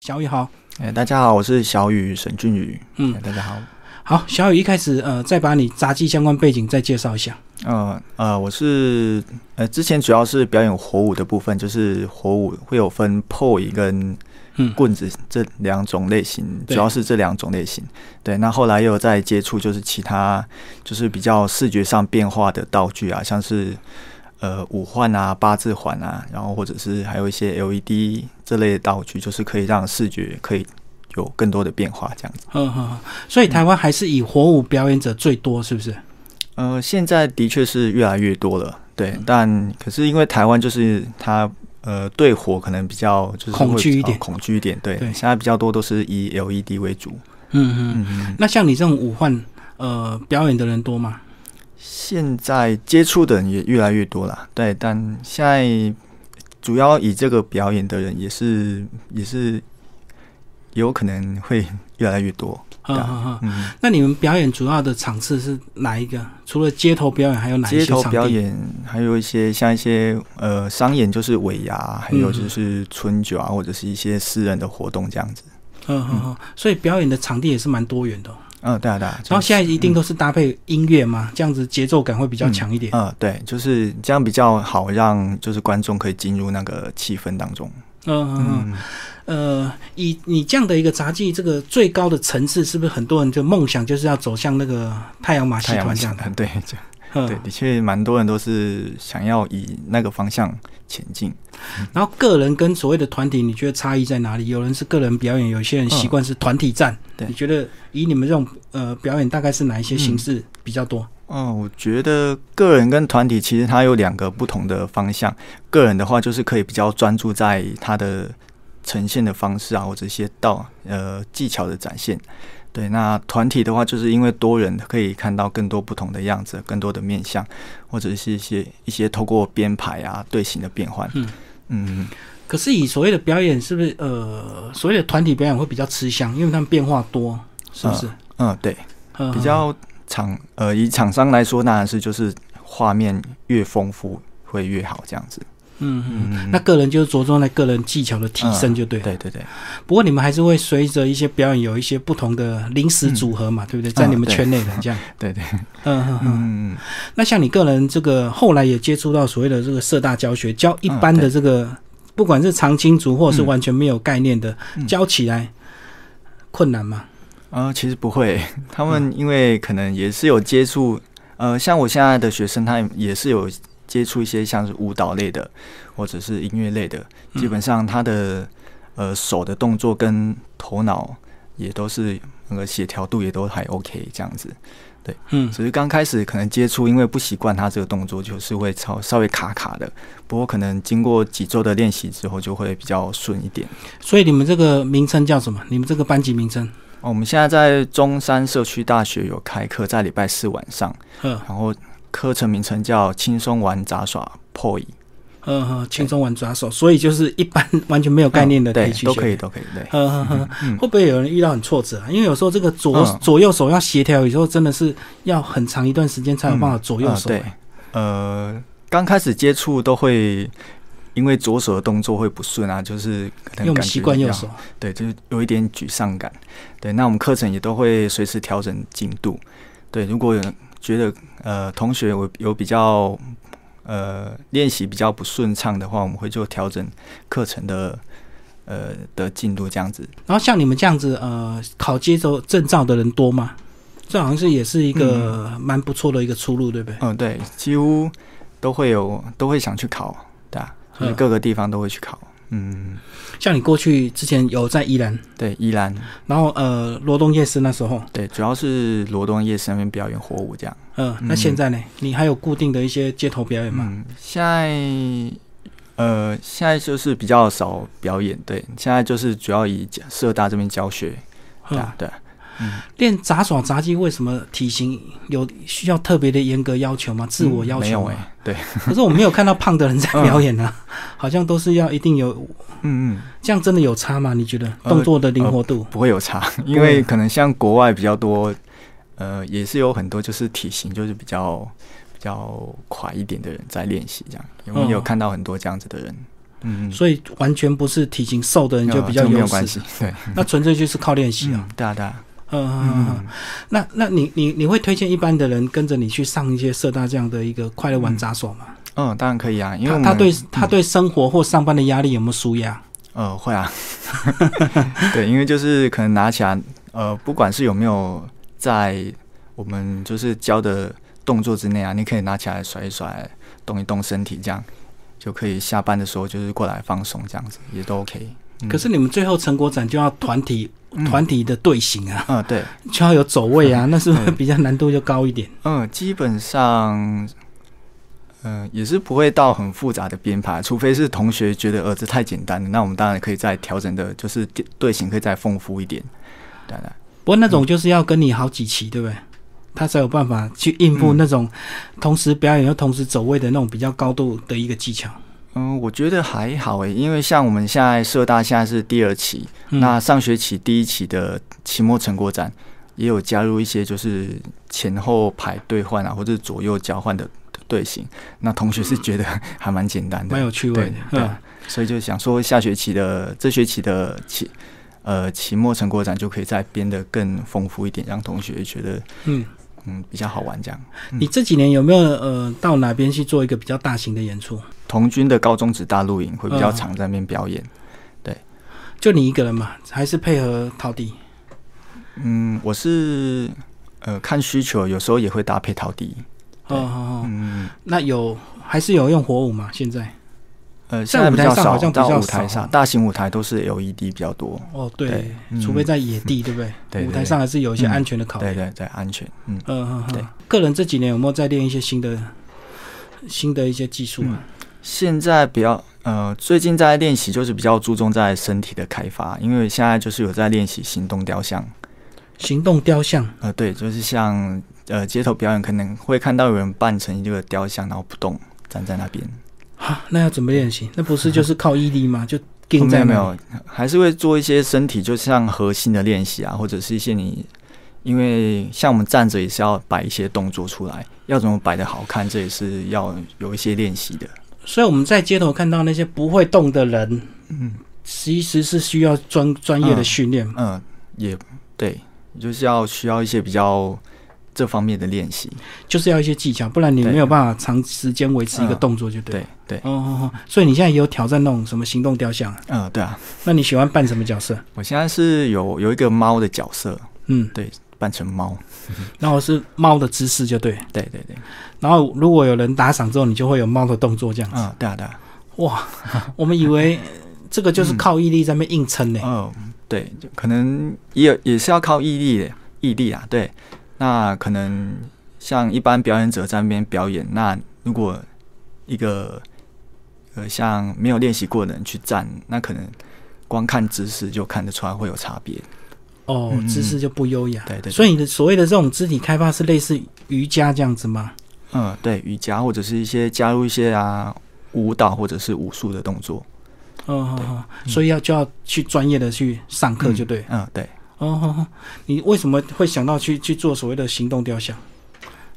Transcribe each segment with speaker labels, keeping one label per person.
Speaker 1: 小雨好，
Speaker 2: 哎，大家好，我是小雨沈俊宇。
Speaker 1: 嗯
Speaker 2: 哎大家好。
Speaker 1: 好，小雨一开始呃，再把你杂技相关背景再介绍一下。
Speaker 2: 呃呃，我是呃，之前主要是表演火舞的部分，就是火舞会有分 pole 跟
Speaker 1: 嗯
Speaker 2: 棍子这两种类型，
Speaker 1: 对
Speaker 2: 主要是这两种类型。对，那后来又有在接触就是其他就是比较视觉上变化的道具啊，像是呃五环啊、八字环啊，然后或者是还有一些 LED 这类的道具，就是可以让视觉可以有更多的变化这样子。
Speaker 1: 嗯嗯，嗯所以台湾还是以火舞表演者最多，是不是？
Speaker 2: 呃，现在的确是越来越多了，对，
Speaker 1: 嗯
Speaker 2: 但可是因为台湾就是它呃对火可能比较就是
Speaker 1: 恐
Speaker 2: 会
Speaker 1: 惧
Speaker 2: 比
Speaker 1: 一
Speaker 2: 较
Speaker 1: 点
Speaker 2: 恐惧一点，对，
Speaker 1: 对
Speaker 2: 现在比较多都是以 LED 为主，
Speaker 1: 嗯嗯。
Speaker 2: 嗯嗯，
Speaker 1: 那像你这种武患呃表演的人多吗？
Speaker 2: 现在接触的人也越来越多了，对，但现在主要以这个表演的人也是也是有可能会越来越多，
Speaker 1: 嗯
Speaker 2: 对
Speaker 1: 嗯嗯。
Speaker 2: 嗯，
Speaker 1: 那你们表演主要的场次是哪一个？除了街头表演，还有哪一
Speaker 2: 街
Speaker 1: 些场
Speaker 2: 头
Speaker 1: 地？
Speaker 2: 表演，还有一些像一些呃商演，就是尾牙，还有
Speaker 1: 嗯
Speaker 2: 就是春酒啊，或者是一些私人的活动这样子。
Speaker 1: 嗯嗯嗯。所以表演的场地也是蛮多元的哦、
Speaker 2: 嗯，对啊，对啊。
Speaker 1: 然后现在一定
Speaker 2: 都
Speaker 1: 都是搭配音乐嘛，这样子节奏感会比较强一点。
Speaker 2: 嗯，对，就是这样比较好，让就是观众可以进入那个气氛当中。
Speaker 1: 嗯嗯嗯。
Speaker 2: 嗯，
Speaker 1: 呃，以你这样的一个杂技，这个最高的层次，是不是很多人就梦想就是要走向那个太阳马戏
Speaker 2: 太阳
Speaker 1: 团这
Speaker 2: 下
Speaker 1: 样的？
Speaker 2: 对，这样
Speaker 1: 嗯
Speaker 2: 对，。的确蛮多人都是想要以那个方向前进。
Speaker 1: 然后个人跟所谓的团体，你觉得差异在哪里？有人是个人表演，有些人习惯是团体战。
Speaker 2: 对
Speaker 1: 你觉得以你们这种呃表演，大概是哪一些形式比较多？
Speaker 2: 嗯，我觉得个人跟团体其实它有两个不同的方向。个人的话，就是可以比较专注在它的呈现的方式啊，或者一些道呃技巧的展现。对，那团体的话，就是因为多人可以看到更多不同的样子，更多的面相，或者是一些一些透过编排啊、队形的变换。
Speaker 1: 嗯
Speaker 2: 嗯
Speaker 1: 可是以所谓的表演，是不是呃所谓的团体表演会比较吃香，因为他们变化多，是不是？
Speaker 2: 嗯，对，
Speaker 1: 嗯
Speaker 2: 比较厂呃以厂商来说，当然是就是画面越丰富会越好这样子。
Speaker 1: 嗯嗯。
Speaker 2: 嗯，啊
Speaker 1: 那个人就是着重在个人技巧的提升就对了。
Speaker 2: 对对对。
Speaker 1: 不过你们还是会随着一些表演有一些不同的临时组合嘛，对不对？在你们圈内的这样，
Speaker 2: 嗯啊 对对，
Speaker 1: 嗯嗯嗯。
Speaker 2: 嗯，
Speaker 1: 那像你个人这个后来也接触到所谓的这个社大教学，教一般
Speaker 2: 嗯
Speaker 1: 的这个，不管是常青族或者是完全没有概念的，
Speaker 2: 嗯
Speaker 1: 教起来困难嘛？
Speaker 2: 呃，其实不会，他们因为可能也是有接触，呃，像我现在的学生，他也是有接触一些像是舞蹈类的，或者是音乐类的，基本上他的呃手的动作跟头脑也都是那个协调度也都还 OK 这样子，
Speaker 1: 嗯，
Speaker 2: 只是刚开始可能接触，因为不习惯他这个动作，就是会稍稍微卡卡的，不过可能经过几周的练习之后，就会比较顺一点。
Speaker 1: 所以你们这个名称叫什么？你们这个班级名称？
Speaker 2: 哦，我们现在在中山社区大学有开课，在礼拜四晚上，
Speaker 1: 嗯
Speaker 2: 然后课程名称叫“轻松玩杂耍破译
Speaker 1: 嗯嗯，轻松玩抓手，所以就是一般完全没有”，概念的可以
Speaker 2: 嗯哦对
Speaker 1: 去
Speaker 2: 都
Speaker 1: 学
Speaker 2: 可以，都可以，对，
Speaker 1: 呵呵呵，
Speaker 2: 嗯
Speaker 1: 会不会有人遇到很挫折啊？因为有时候这个左、
Speaker 2: 嗯
Speaker 1: 左右手要协调，有时候真的是要很长一段时间才有办法左右
Speaker 2: 呃
Speaker 1: 手、哎
Speaker 2: 对，呃，刚开始接触都会因为左手的动作会不顺啊，就是可
Speaker 1: 因
Speaker 2: 能
Speaker 1: 为我们
Speaker 2: 感
Speaker 1: 习
Speaker 2: 觉
Speaker 1: 惯右
Speaker 2: 要
Speaker 1: 手，
Speaker 2: 对，就是有一点沮丧感。对，那我们课程也都会随时调整进度。对，如果有觉得呃同学有有比较呃练习比较不顺畅的话，我们会就调整课程的呃的进度这样子。
Speaker 1: 然后像你们这样子，呃，考街头证照的人多吗？这好像是也是一个蛮不错的一个出路，对不对？
Speaker 2: 嗯，对，几乎都会有都会想去考，对啊，就是
Speaker 1: 嗯
Speaker 2: 各个地方都会去考。嗯，
Speaker 1: 像你过去之前有在宜兰，
Speaker 2: 对，依然
Speaker 1: 然后呃罗东夜市那时候，
Speaker 2: 对，主要是罗东夜市那边表演火舞这样。
Speaker 1: 嗯、那现在呢，你还有固定的一些街头表演吗？
Speaker 2: 嗯，现在呃，现在就是比较少表演，对，现在就是主要以教社大这边教学，
Speaker 1: 嗯
Speaker 2: 对啊，对啊，
Speaker 1: 练杂耍杂技为什么体型有需要特别的严格要求吗？自我要
Speaker 2: 没有
Speaker 1: 求
Speaker 2: 哎、
Speaker 1: 吗？
Speaker 2: 对，
Speaker 1: 可是我没有看到胖的人在表演啊，好像都是要一定有，
Speaker 2: 嗯嗯，
Speaker 1: 这样真的有差吗？你觉得
Speaker 2: 呃
Speaker 1: 动作的灵活度？
Speaker 2: 不会有差，因
Speaker 1: 不会
Speaker 2: 为可能像国外比较多，呃，也是有很多就是体型就是比较比较垮一点的人在练习这样，有没
Speaker 1: 嗯
Speaker 2: 有看到很多这样子的人？嗯，
Speaker 1: 所以完全不是体型瘦的人就比较
Speaker 2: 呃这个没
Speaker 1: 优
Speaker 2: 有关
Speaker 1: 势，
Speaker 2: 系，对，
Speaker 1: 那纯粹就是靠练习啊。
Speaker 2: 嗯，对啊对啊，
Speaker 1: 嗯嗯嗯，那那你你你会推荐一般的人跟着你去上一些社大这样的一个快乐玩杂所吗？
Speaker 2: 嗯，当然可以啊，因为我
Speaker 1: 他
Speaker 2: 们
Speaker 1: 他对他对生活或上班的压力有没有舒压？
Speaker 2: 呃，会啊，对，因为就是可能拿起来，呃，不管是有没有在我们就是教的动作之内啊，你可以拿起来甩一甩，动一动身体，这样就可以下班的时候就是过来放松，这样子也都 OK。嗯
Speaker 1: 可是你们最后成果展就要团体团体的队形啊，
Speaker 2: 嗯、呃对，
Speaker 1: 就要有走位啊，那是不是
Speaker 2: 嗯
Speaker 1: 比较难度就高一点？
Speaker 2: 嗯、基本上。嗯、也是不会到很复杂的编排，除非是同学觉得呃这太简单了，那我们当然可以再调整的，就是队队形可以再丰富一点。对啊对啊
Speaker 1: 不过那种就是要跟你好几期，对不对？他才有办法去应付
Speaker 2: 嗯
Speaker 1: 那种同时表演又同时走位的那种比较高度的一个技巧。
Speaker 2: 嗯，我觉得还好诶，因为像我们现在社大现在是第二期，
Speaker 1: 嗯
Speaker 2: 那上学期第一期的期末成果展也有加入一些就是前后排兑换啊，或者是左右交换的的队形，那同学是觉得 还蛮简单
Speaker 1: 嗯蛮
Speaker 2: 的，
Speaker 1: 有趣味
Speaker 2: 对
Speaker 1: 的。
Speaker 2: 对
Speaker 1: 嗯
Speaker 2: 啊，所以就想说下学期的这学期的期呃期末成果展就可以再编得更丰富一点，让同学觉得
Speaker 1: 嗯，
Speaker 2: 嗯比较好玩这样。
Speaker 1: 你这几年有没有呃到哪边去做一个比较大型的演出？
Speaker 2: 童军的高中职大露营会比较
Speaker 1: 嗯
Speaker 2: 常在那边表演。
Speaker 1: 就你一个人嘛，还是配合陶迪？
Speaker 2: 嗯，我是呃看需求，有时候也会搭配陶笛。
Speaker 1: 哦哦哦，
Speaker 2: 嗯，
Speaker 1: 那有还是有用火舞嘛？现在
Speaker 2: 呃，
Speaker 1: 在
Speaker 2: 现在
Speaker 1: 舞
Speaker 2: 比
Speaker 1: 台
Speaker 2: 较
Speaker 1: 上好
Speaker 2: 少
Speaker 1: 像比
Speaker 2: 到
Speaker 1: 较
Speaker 2: 舞台
Speaker 1: 少
Speaker 2: 上，大型舞台都是 LED 比较多。
Speaker 1: 哦对
Speaker 2: 对，嗯
Speaker 1: 除非在野地，对不对？
Speaker 2: 对对
Speaker 1: 舞台上还是有一些安全的考
Speaker 2: 对
Speaker 1: 虑。
Speaker 2: 对对，安全。嗯，
Speaker 1: 嗯嗯
Speaker 2: 对
Speaker 1: 嗯。个人这几年有没有在练一些新的新的一些技术啊？
Speaker 2: 现在比较呃，最近在练习就是比较注重在身体的开发，因为现在就是有在练习行动雕像。
Speaker 1: 行动雕像，
Speaker 2: 呃，对，就是像呃街头表演可能会看到有人扮成一个雕像，然后不动站在那边。
Speaker 1: 哈，啊那要怎么练习？那不是就是靠毅力吗？就盯
Speaker 2: 没
Speaker 1: 在
Speaker 2: 有没
Speaker 1: 那里
Speaker 2: 有，还是会做一些身体，就像核心的练习啊，或者是一些你，因为像我们站着也是要摆一些动作出来，要怎么摆的好看，这也是要有一些练习的。
Speaker 1: 所以我们在街头看到那些不会动的人，
Speaker 2: 嗯
Speaker 1: 其实是需要专专业的训练。
Speaker 2: 嗯，也对，就是要需要一些比较这方面的练习。
Speaker 1: 就是要一些技巧，不然你
Speaker 2: 对
Speaker 1: 没有办法长时间维持一个动作，就对了。
Speaker 2: 对对，
Speaker 1: 哦哦哦，所以你现在也有挑战那种什么行动雕像啊？
Speaker 2: 嗯，对啊，
Speaker 1: 那你喜欢扮什么角色？
Speaker 2: 我现在是有有一个猫的角色，
Speaker 1: 嗯，
Speaker 2: 扮成猫。
Speaker 1: 然后是猫的姿势就对。
Speaker 2: 对对对，
Speaker 1: 然后如果有人打赏之后，你就会有猫的动作这样子。
Speaker 2: 嗯，对啊对啊，
Speaker 1: 哇，我们以为呃这个就是靠毅力在那边硬撑呢、
Speaker 2: 嗯，对，就可能也有也是要靠毅力的毅力啊。对，那可能像一般表演者在那边表演，那如果一个呃像没有练习过的人去站，那可能光看姿势就看得出来会有差别。
Speaker 1: 哦，
Speaker 2: 嗯
Speaker 1: 姿势就不优雅。
Speaker 2: 对对对
Speaker 1: 所以你的所谓的这种肢体开发是类似瑜伽这样子吗？
Speaker 2: 嗯，对，瑜伽或者是一些加入一些啊舞蹈或者是武术的动作。
Speaker 1: 哦哦哦，所以要就要去专业的去上课就对了。
Speaker 2: 嗯，对。
Speaker 1: 哦，你为什么会想到去去做所谓的行动雕像？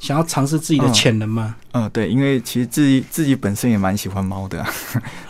Speaker 1: 想要尝试自己的潜能吗？
Speaker 2: 嗯，对，因为其实自己自己本身也蛮喜欢猫的、啊，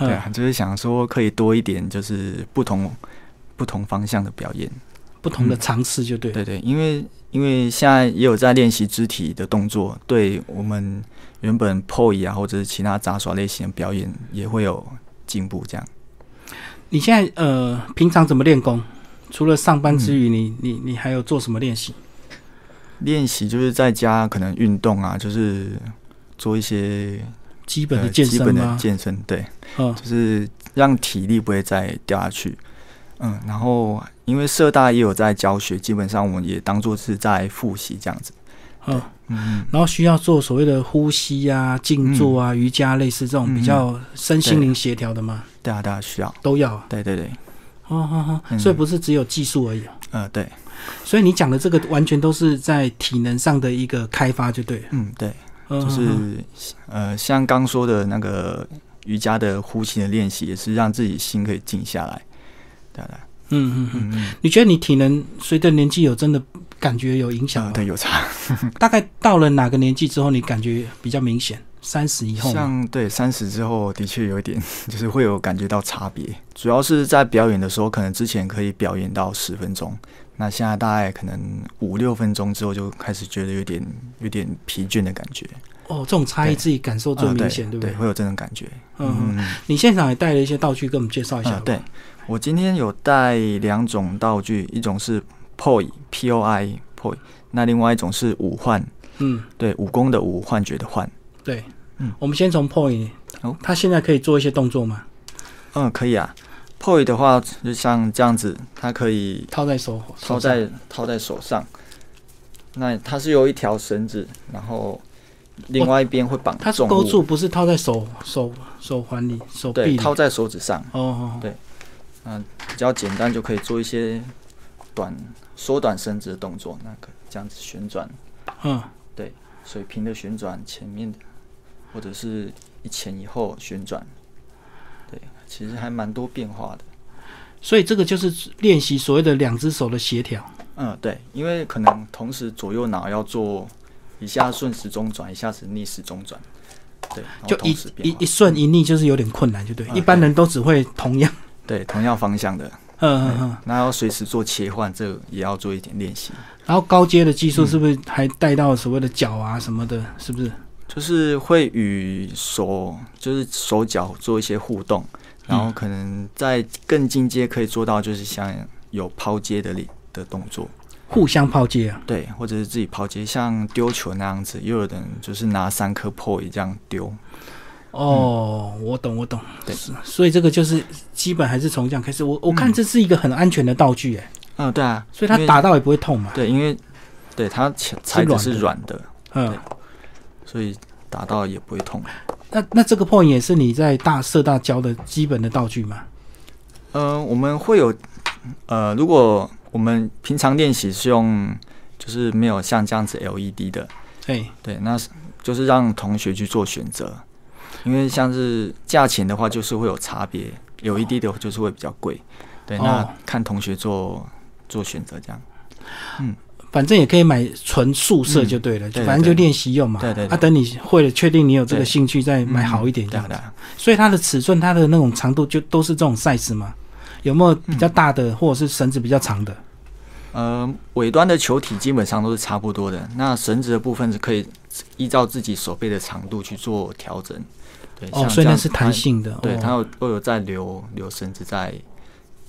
Speaker 1: 嗯
Speaker 2: 对啊，就是想说可以多一点，就是不同不同方向的表演。
Speaker 1: 不同的尝试就对。
Speaker 2: 嗯对对，因为因为现在也有在练习肢体的动作，对我们原本 POE 啊或者是其他杂耍类型的表演也会有进步。这样，
Speaker 1: 你现在呃，平常怎么练功？除了上班之余，
Speaker 2: 嗯
Speaker 1: 你你你还有做什么练习？
Speaker 2: 练习就是在家可能运动啊，就是做一些
Speaker 1: 基本
Speaker 2: 呃
Speaker 1: 的健
Speaker 2: 基
Speaker 1: 身
Speaker 2: 本的
Speaker 1: 吗？
Speaker 2: 健身，对，
Speaker 1: 嗯，
Speaker 2: 就是让体力不会再掉下去。嗯，然后因为社大也有在教学，基本上我们也当做是在复习这样子。
Speaker 1: 嗯，
Speaker 2: 嗯，
Speaker 1: 然后需要做所谓的呼吸啊、静坐啊、瑜伽类似这种
Speaker 2: 嗯
Speaker 1: 比较身心灵协调的吗？
Speaker 2: 对啊，对啊，需要。
Speaker 1: 都要啊。
Speaker 2: 对对对，
Speaker 1: 哦哦哦，
Speaker 2: 嗯
Speaker 1: 所以不是只有技术而已啊。
Speaker 2: 呃，对，
Speaker 1: 所以你讲的这个完全都是在体能上的一个开发就对了。
Speaker 2: 嗯，对。
Speaker 1: 嗯
Speaker 2: 就是呃，像刚说的那个瑜伽的呼吸的练习，也是让自己心可以静下来。对啊对啊，
Speaker 1: 嗯嗯嗯。
Speaker 2: 嗯嗯，
Speaker 1: 你觉得你体能随着年纪有真的感觉有影响
Speaker 2: 呃
Speaker 1: 吗？
Speaker 2: 对有差。
Speaker 1: 大概到了哪个年纪之后，你感觉比较明显？三十以后吗，
Speaker 2: 像对三十之后，的确有一点， 就是会有感觉到差别。主要是在表演的时候，可能之前可以表演到十分钟，那现在大概可能五六分钟之后，就开始觉得有点有点疲倦的感觉，
Speaker 1: 哦，这种差异
Speaker 2: 对
Speaker 1: 自己感受最
Speaker 2: 呃
Speaker 1: 明显，
Speaker 2: 对
Speaker 1: 啊对不对？
Speaker 2: 会有这种感觉。
Speaker 1: 嗯，你现场也带了一些道具，跟我们介绍一下
Speaker 2: 啊，
Speaker 1: 吧
Speaker 2: 对，我今天有带两种道具，一种是 poi p o i poi，那另外一种是武幻，
Speaker 1: 嗯，
Speaker 2: 对，武功的武，幻觉的幻。
Speaker 1: 对
Speaker 2: 嗯，
Speaker 1: 我们先从 point，
Speaker 2: 哦
Speaker 1: 他现在可以做一些动作吗？
Speaker 2: 嗯，可以啊。poi 的话，就像这样子，它可以
Speaker 1: 套在手，
Speaker 2: 套在套在手上。那它是有一条绳子，然后另外一边会绑
Speaker 1: 他哦是
Speaker 2: 重
Speaker 1: 勾
Speaker 2: 物，
Speaker 1: 住，不是套在手手手环里、手
Speaker 2: 对，
Speaker 1: 臂里。
Speaker 2: 套
Speaker 1: 哦
Speaker 2: 在手指上，
Speaker 1: 哦，哦
Speaker 2: 对比较简单，就可以做一些短缩短绳子的动作。那个这样子旋转，
Speaker 1: 嗯，
Speaker 2: 水平的旋转，前面的，或者是一前一后旋转，对，其实还蛮多变化的。
Speaker 1: 所以这个就是练习所谓的两只手的协调。
Speaker 2: 嗯，对，因为可能同时左右脑要做一下顺时钟转，一下子逆时钟转，对，然后
Speaker 1: 就
Speaker 2: 同
Speaker 1: 一
Speaker 2: 时变
Speaker 1: 一
Speaker 2: 化
Speaker 1: 一顺一逆就是有点困难，就对。
Speaker 2: 啊
Speaker 1: 一般人都只会同样，
Speaker 2: 对同样方向的，
Speaker 1: 嗯嗯嗯。
Speaker 2: 那要随时做切换，这个也要做一点练习，
Speaker 1: 然后高阶的技
Speaker 2: 嗯
Speaker 1: 术是不是还带到所谓的脚啊什么的？是不是？
Speaker 2: 就是会与手就是手脚做一些互动，然后可能在更进阶可以做到就是像有抛接的力的动作。
Speaker 1: 互相抛接啊？
Speaker 2: 对，或者是自己抛接，像丢球那样子，也有人就是拿三颗破一这样丢。
Speaker 1: 哦，
Speaker 2: 嗯
Speaker 1: 我懂，我懂。
Speaker 2: 对
Speaker 1: 是，所以这个就是基本还是从这样开始。我我看这是一个很安全的道具、哎、
Speaker 2: 嗯，对啊，
Speaker 1: 所以它
Speaker 2: 嗯因为
Speaker 1: 打到也不会痛嘛。
Speaker 2: 对，因为对它材材质是软的，
Speaker 1: 嗯
Speaker 2: 对，所以打到也不会痛。
Speaker 1: 那那这个 point 也是你在大社大教的基本的道具嘛？
Speaker 2: 嗯、我们会有呃，如果我们平常练习是用就是没有像这样子 LED 的，
Speaker 1: 哎、
Speaker 2: 对，那是就是让同学去做选择，因为像是价钱的话，就是会有差别，LED 的就是会比较贵。对，那
Speaker 1: 哦
Speaker 2: 看同学做做选择这样。
Speaker 1: 反正也可以买纯素色就对了，
Speaker 2: 嗯对对
Speaker 1: 反正就练习用嘛。
Speaker 2: 对对对
Speaker 1: 啊，等你会了，确定你有这个兴趣，再嗯买好一点这
Speaker 2: 对
Speaker 1: 样
Speaker 2: 啊
Speaker 1: 子
Speaker 2: 对。啊，
Speaker 1: 所以它的尺寸、它的那种长度就都是这种 size 嘛？有没有比
Speaker 2: 嗯
Speaker 1: 较大的，或者是绳子比较长的？
Speaker 2: 呃，尾端的球体基本上都是差不多的。那绳子的部分是可以依照自己手背的长度去做调整。对，
Speaker 1: 哦，
Speaker 2: 像
Speaker 1: 所以那
Speaker 2: 这样
Speaker 1: 是
Speaker 2: 它
Speaker 1: 弹。性的。
Speaker 2: 对，
Speaker 1: 哦
Speaker 2: 它有都有在留留绳子在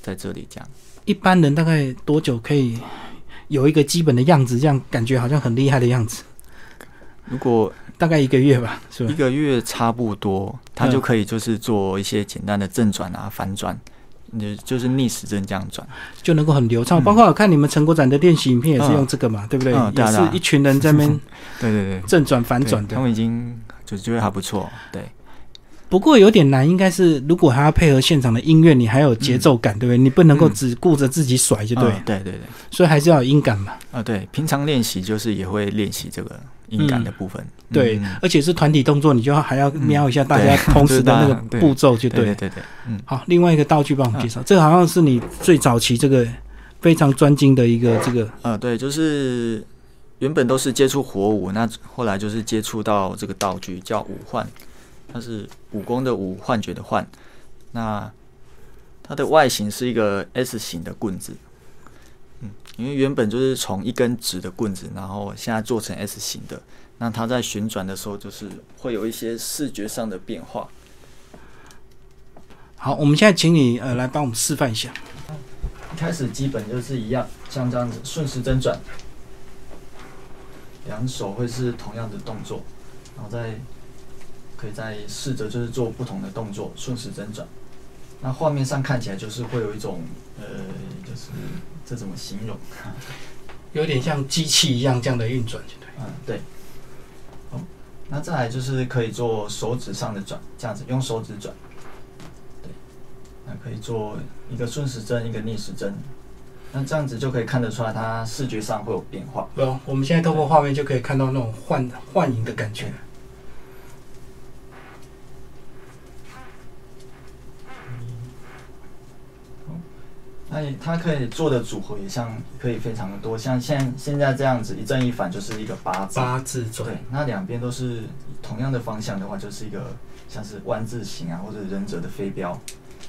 Speaker 2: 在这里这样。
Speaker 1: 一般人大概多久可以有一个基本的样子？这样感觉好像很厉害的样子，
Speaker 2: 如果
Speaker 1: 大概一个月吧，是吧
Speaker 2: 一？个月差不多，它就可以就是做一些简单的正转啊、反转，你就是逆时针这样转。
Speaker 1: 就能够很流畅。
Speaker 2: 嗯
Speaker 1: 包括我看你们成果展的练习影片也是
Speaker 2: 嗯
Speaker 1: 用这个嘛，对不对？
Speaker 2: 嗯对
Speaker 1: 也
Speaker 2: 啊对啊
Speaker 1: 是一群人在那 边
Speaker 2: 对对对，
Speaker 1: 正转反转
Speaker 2: 对
Speaker 1: 的
Speaker 2: 他。们已经就觉得还不错。对，
Speaker 1: 不过有点难，应该是如果还要配合现场的音乐，你还有节奏感，对不对？你不能够
Speaker 2: 嗯
Speaker 1: 只顾着自己甩就对，
Speaker 2: 嗯对对对，
Speaker 1: 所以还是要有音感嘛。
Speaker 2: 啊对，平常练习就是也会练习这个音感的部分。
Speaker 1: 嗯对，
Speaker 2: 嗯
Speaker 1: 而且是团体动作，你就要还要瞄一下大 家
Speaker 2: 对
Speaker 1: 同时的那个
Speaker 2: 就是大家
Speaker 1: 步骤，就
Speaker 2: 对
Speaker 1: 对
Speaker 2: 对嗯
Speaker 1: 了。
Speaker 2: 对对，嗯，
Speaker 1: 好，另外一个道具帮我们介绍，这个好像是你最早期这个非常专精的一个这个
Speaker 2: 呃，对，就是原本都是接触火舞，那后来就是接触到这个道具叫武幻，它是武功的武，幻觉的幻。那它的外形是一个 S 型的棍子，嗯，因为原本就是从一根直的棍子，然后现在做成 S 型的。那它在旋转的时候，就是会有一些视觉上的变化。
Speaker 1: 好，我们现在请你呃来帮我们示范一下。
Speaker 2: 一开始基本就是一样，像这样子顺时针转，两手会是同样的动作，然后再可以再试着就是做不同的动作，顺时针转。那画面上看起来就是会有一种呃，就是这怎么形容？
Speaker 1: 有点像机器一样这样的运转，就对。
Speaker 2: 嗯，对。好，那再来就是可以做手指上的转，这样子用手指转。对，那可以做一个顺时针，一个逆时针。那这样子就可以看得出来，它视觉上会有变化。
Speaker 1: 不用，我们现在透过画面就可以看到那种幻幻影的感觉。
Speaker 2: 它也它可以做的组合也像可以非常的多，像现现在这样子一正一反就是一个八字，
Speaker 1: 八字准
Speaker 2: 对，那两边都是同样的方向的话，就是一个像是弯字形啊，或者忍者的飞镖，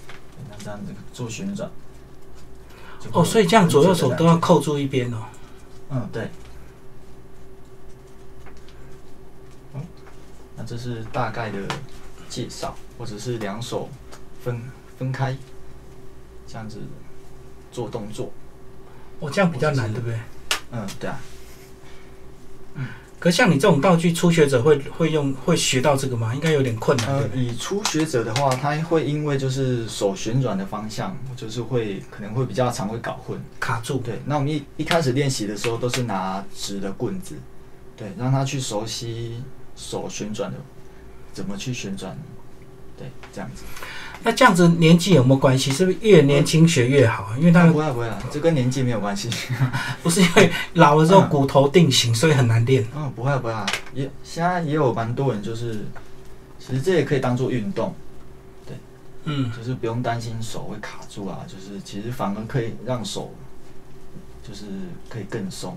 Speaker 2: 对那这样子做旋转。就会
Speaker 1: 哦，所以这样左右手都要
Speaker 2: 有这个感觉
Speaker 1: 扣住一边哦。
Speaker 2: 嗯，对。嗯，那这是大概的介绍，或者是两手分分开，这样子做动作。
Speaker 1: 我、这样比较难，对不对？
Speaker 2: 嗯，对啊。
Speaker 1: 可像你这种道具，初学者会会用会学到这个吗？应该有点困难，对
Speaker 2: 呃
Speaker 1: 嗯不，对？
Speaker 2: 以初学者的话，他会因为就是手旋转的方向，就是会可能会比较常会搞混。
Speaker 1: 卡住。
Speaker 2: 对，那我们一一开始练习的时候都是拿直的棍子，对，让他去熟悉手旋转的怎么去旋转，对，这样子。
Speaker 1: 那这样子年纪有没有关系？是不是越年轻学越好？因为他
Speaker 2: 啊
Speaker 1: 们
Speaker 2: 不会啊不会啊，这跟年纪没有关系。
Speaker 1: 不是因为老了之后
Speaker 2: 嗯
Speaker 1: 骨头定型，所以很难练。
Speaker 2: 嗯，不会啊不会啊，也现在也有蛮多人就是，其实这也可以当做运动，
Speaker 1: 嗯，
Speaker 2: 就是不用担心手会卡住啊，就是其实反而可以让手就是可以更松。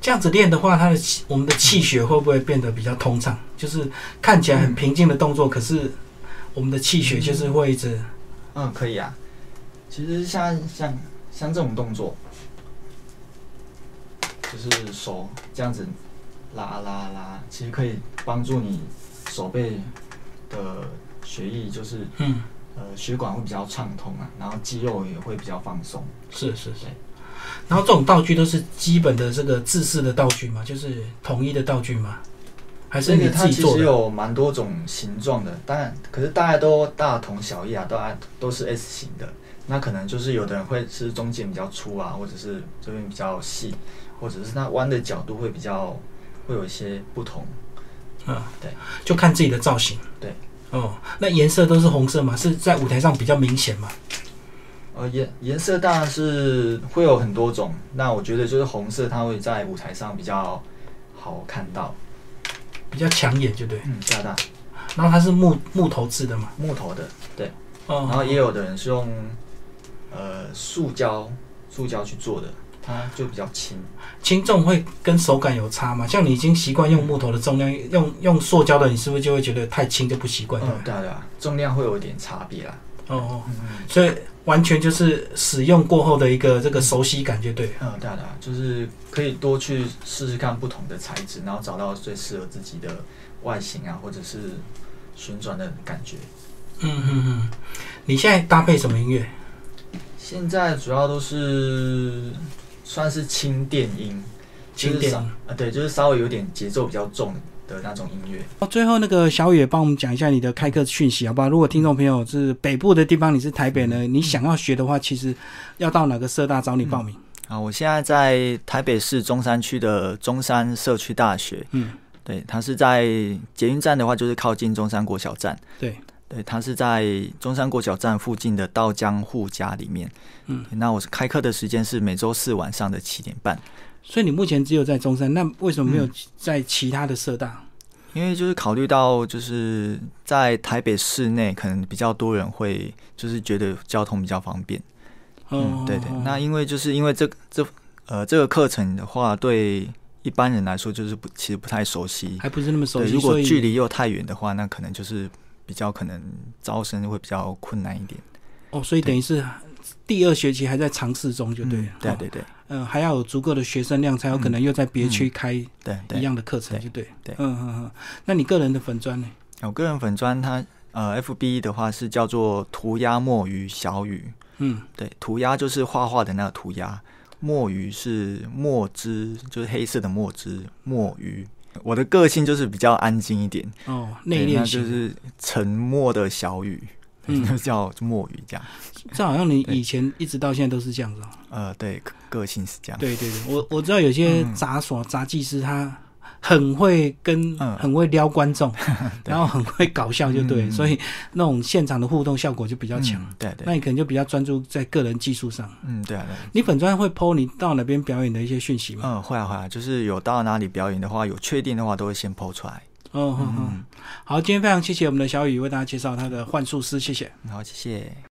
Speaker 1: 这样子练的话，他的气我们的气血会不会变得比较通畅？就是看起来很平静的动作，可是我们的气血就是会一直
Speaker 2: 嗯，可以啊。其实像像像这种动作，就是手这样子拉拉拉，其实可以帮助你手背的血液，就是
Speaker 1: 嗯，
Speaker 2: 呃血管会比较畅通啊，然后肌肉也会比较放松。
Speaker 1: 是是是
Speaker 2: 对。
Speaker 1: 然后这种道具都是基本的这个制式的道具嘛，就是统一的道具嘛，还是
Speaker 2: 这
Speaker 1: 你
Speaker 2: 个它
Speaker 1: 自
Speaker 2: 其
Speaker 1: 己做
Speaker 2: 实
Speaker 1: 的？
Speaker 2: 有蛮多种形状的，当然，可是大家都大同小异啊，都按都是 S 型的。那可能就是有的人会是中间比较粗啊，或者是这边比较细，或者是它弯的角度会比较会有一些不同。
Speaker 1: 嗯，
Speaker 2: 对，
Speaker 1: 就看自己的造型。
Speaker 2: 对。
Speaker 1: 哦，那颜色都是红色嘛，是在舞台上比较明显嘛？
Speaker 2: 呃，颜颜色当然是会有很多种，那我觉得就是红色它会在舞台上比较好看到。
Speaker 1: 比较抢眼，就对。
Speaker 2: 嗯，大大
Speaker 1: 然后它是木木头制的嘛，
Speaker 2: 木头的，
Speaker 1: 哦，
Speaker 2: 然后也有的人是用呃塑胶塑胶去做的，它就比较轻。
Speaker 1: 轻重会跟手感有差嘛？像你已经习惯用木头的重量，用用塑胶的，你是不是就会觉得太轻就不习惯？对
Speaker 2: 嗯
Speaker 1: 吧，
Speaker 2: 对啊对啊，重量会有一点差别啦。
Speaker 1: 哦哦，
Speaker 2: 嗯
Speaker 1: 所以完全就是使用过后的一个这个熟悉感，就对了。
Speaker 2: 嗯，对啊对啊，就是可以多去试试看不同的材质，然后找到最适合自己的外形啊，或者是旋转的感觉。
Speaker 1: 嗯嗯嗯。你现在搭配什么音乐？
Speaker 2: 现在主要都是算是轻电音，就
Speaker 1: 经
Speaker 2: 是
Speaker 1: 典
Speaker 2: 稍。啊对，就是稍微有点节奏比较重的那种音乐。
Speaker 1: 哦，最后那个小野帮我们讲一下你的开课讯息好不好？如果听众朋友是北部的地方，你是台北
Speaker 2: 嗯
Speaker 1: 呢，你想要学的话，其实要到哪个社大找你报名？
Speaker 2: 啊，我现在在台北市中山区的中山社区大学，
Speaker 1: 嗯，
Speaker 2: 对，它是在捷运站的话，就是靠近中山国小站，
Speaker 1: 对，
Speaker 2: 对，它是在中山国小站附近的稻江户家里面，
Speaker 1: 嗯
Speaker 2: 对，那我是开课的时间是每周四晚上的七点半，
Speaker 1: 所以你目前只有在中山，那为什么没有
Speaker 2: 嗯
Speaker 1: 在其他的社大？
Speaker 2: 因为就是考虑到就是在台北市内可能比较多人会就是觉得交通比较方便，嗯，对对
Speaker 1: 哦，
Speaker 2: 那因为就是因为这这呃这个课程的话，对一般人来说就是不其实不太熟悉，
Speaker 1: 还不是那么熟
Speaker 2: 对，
Speaker 1: 悉，
Speaker 2: 如
Speaker 1: 所
Speaker 2: 果
Speaker 1: 以
Speaker 2: 距离又太远的话，那可能就是比较可能招生会比较困难一点，
Speaker 1: 哦，所以
Speaker 2: 对
Speaker 1: 等于是第二学期还在尝试中，就对了
Speaker 2: 嗯。对
Speaker 1: 哦
Speaker 2: 对对
Speaker 1: 嗯、还要有足够的学生量，才有可能又在别区开一
Speaker 2: 对对。
Speaker 1: 样的课程，
Speaker 2: 对
Speaker 1: 就对。
Speaker 2: 对
Speaker 1: 嗯嗯嗯。那你个人的粉砖呢？
Speaker 2: 我个人粉砖它呃 FB 的话是叫做涂鸦墨鱼小雨，
Speaker 1: 嗯，
Speaker 2: 对，涂鸦就是画画的那个涂鸦，墨鱼是墨汁，就是黑色的墨汁，墨鱼。我的个性就是比较安静一点，
Speaker 1: 哦，
Speaker 2: 对
Speaker 1: 内敛
Speaker 2: 那就
Speaker 1: 型，
Speaker 2: 是沉默的小雨，
Speaker 1: 嗯
Speaker 2: 就叫墨鱼这样。
Speaker 1: 这好像你
Speaker 2: 对
Speaker 1: 以前一直到现在都是这样子、哦。
Speaker 2: 呃，对，个个性是这样。
Speaker 1: 对对对，我我知道有些
Speaker 2: 啊嗯
Speaker 1: 杂耍杂技师他很会跟、
Speaker 2: 嗯
Speaker 1: 很会撩观众，
Speaker 2: 对
Speaker 1: 然后很会搞笑，就对，
Speaker 2: 嗯
Speaker 1: 所以那种现场的互动效果就比较强。
Speaker 2: 嗯，对对，
Speaker 1: 那你可能就比较专注在个人技术上。
Speaker 2: 嗯，对啊，对啊。
Speaker 1: 你粉专会 PO 你到哪边表演的一些讯息吗？
Speaker 2: 嗯，会啊会啊，就是有到哪里表演的话，有确定的话都会先抛出来。
Speaker 1: 哦，好好
Speaker 2: 嗯，
Speaker 1: 好，今天非常谢谢我们的小雨为大家介绍他的幻术师，谢谢。
Speaker 2: 好，谢谢。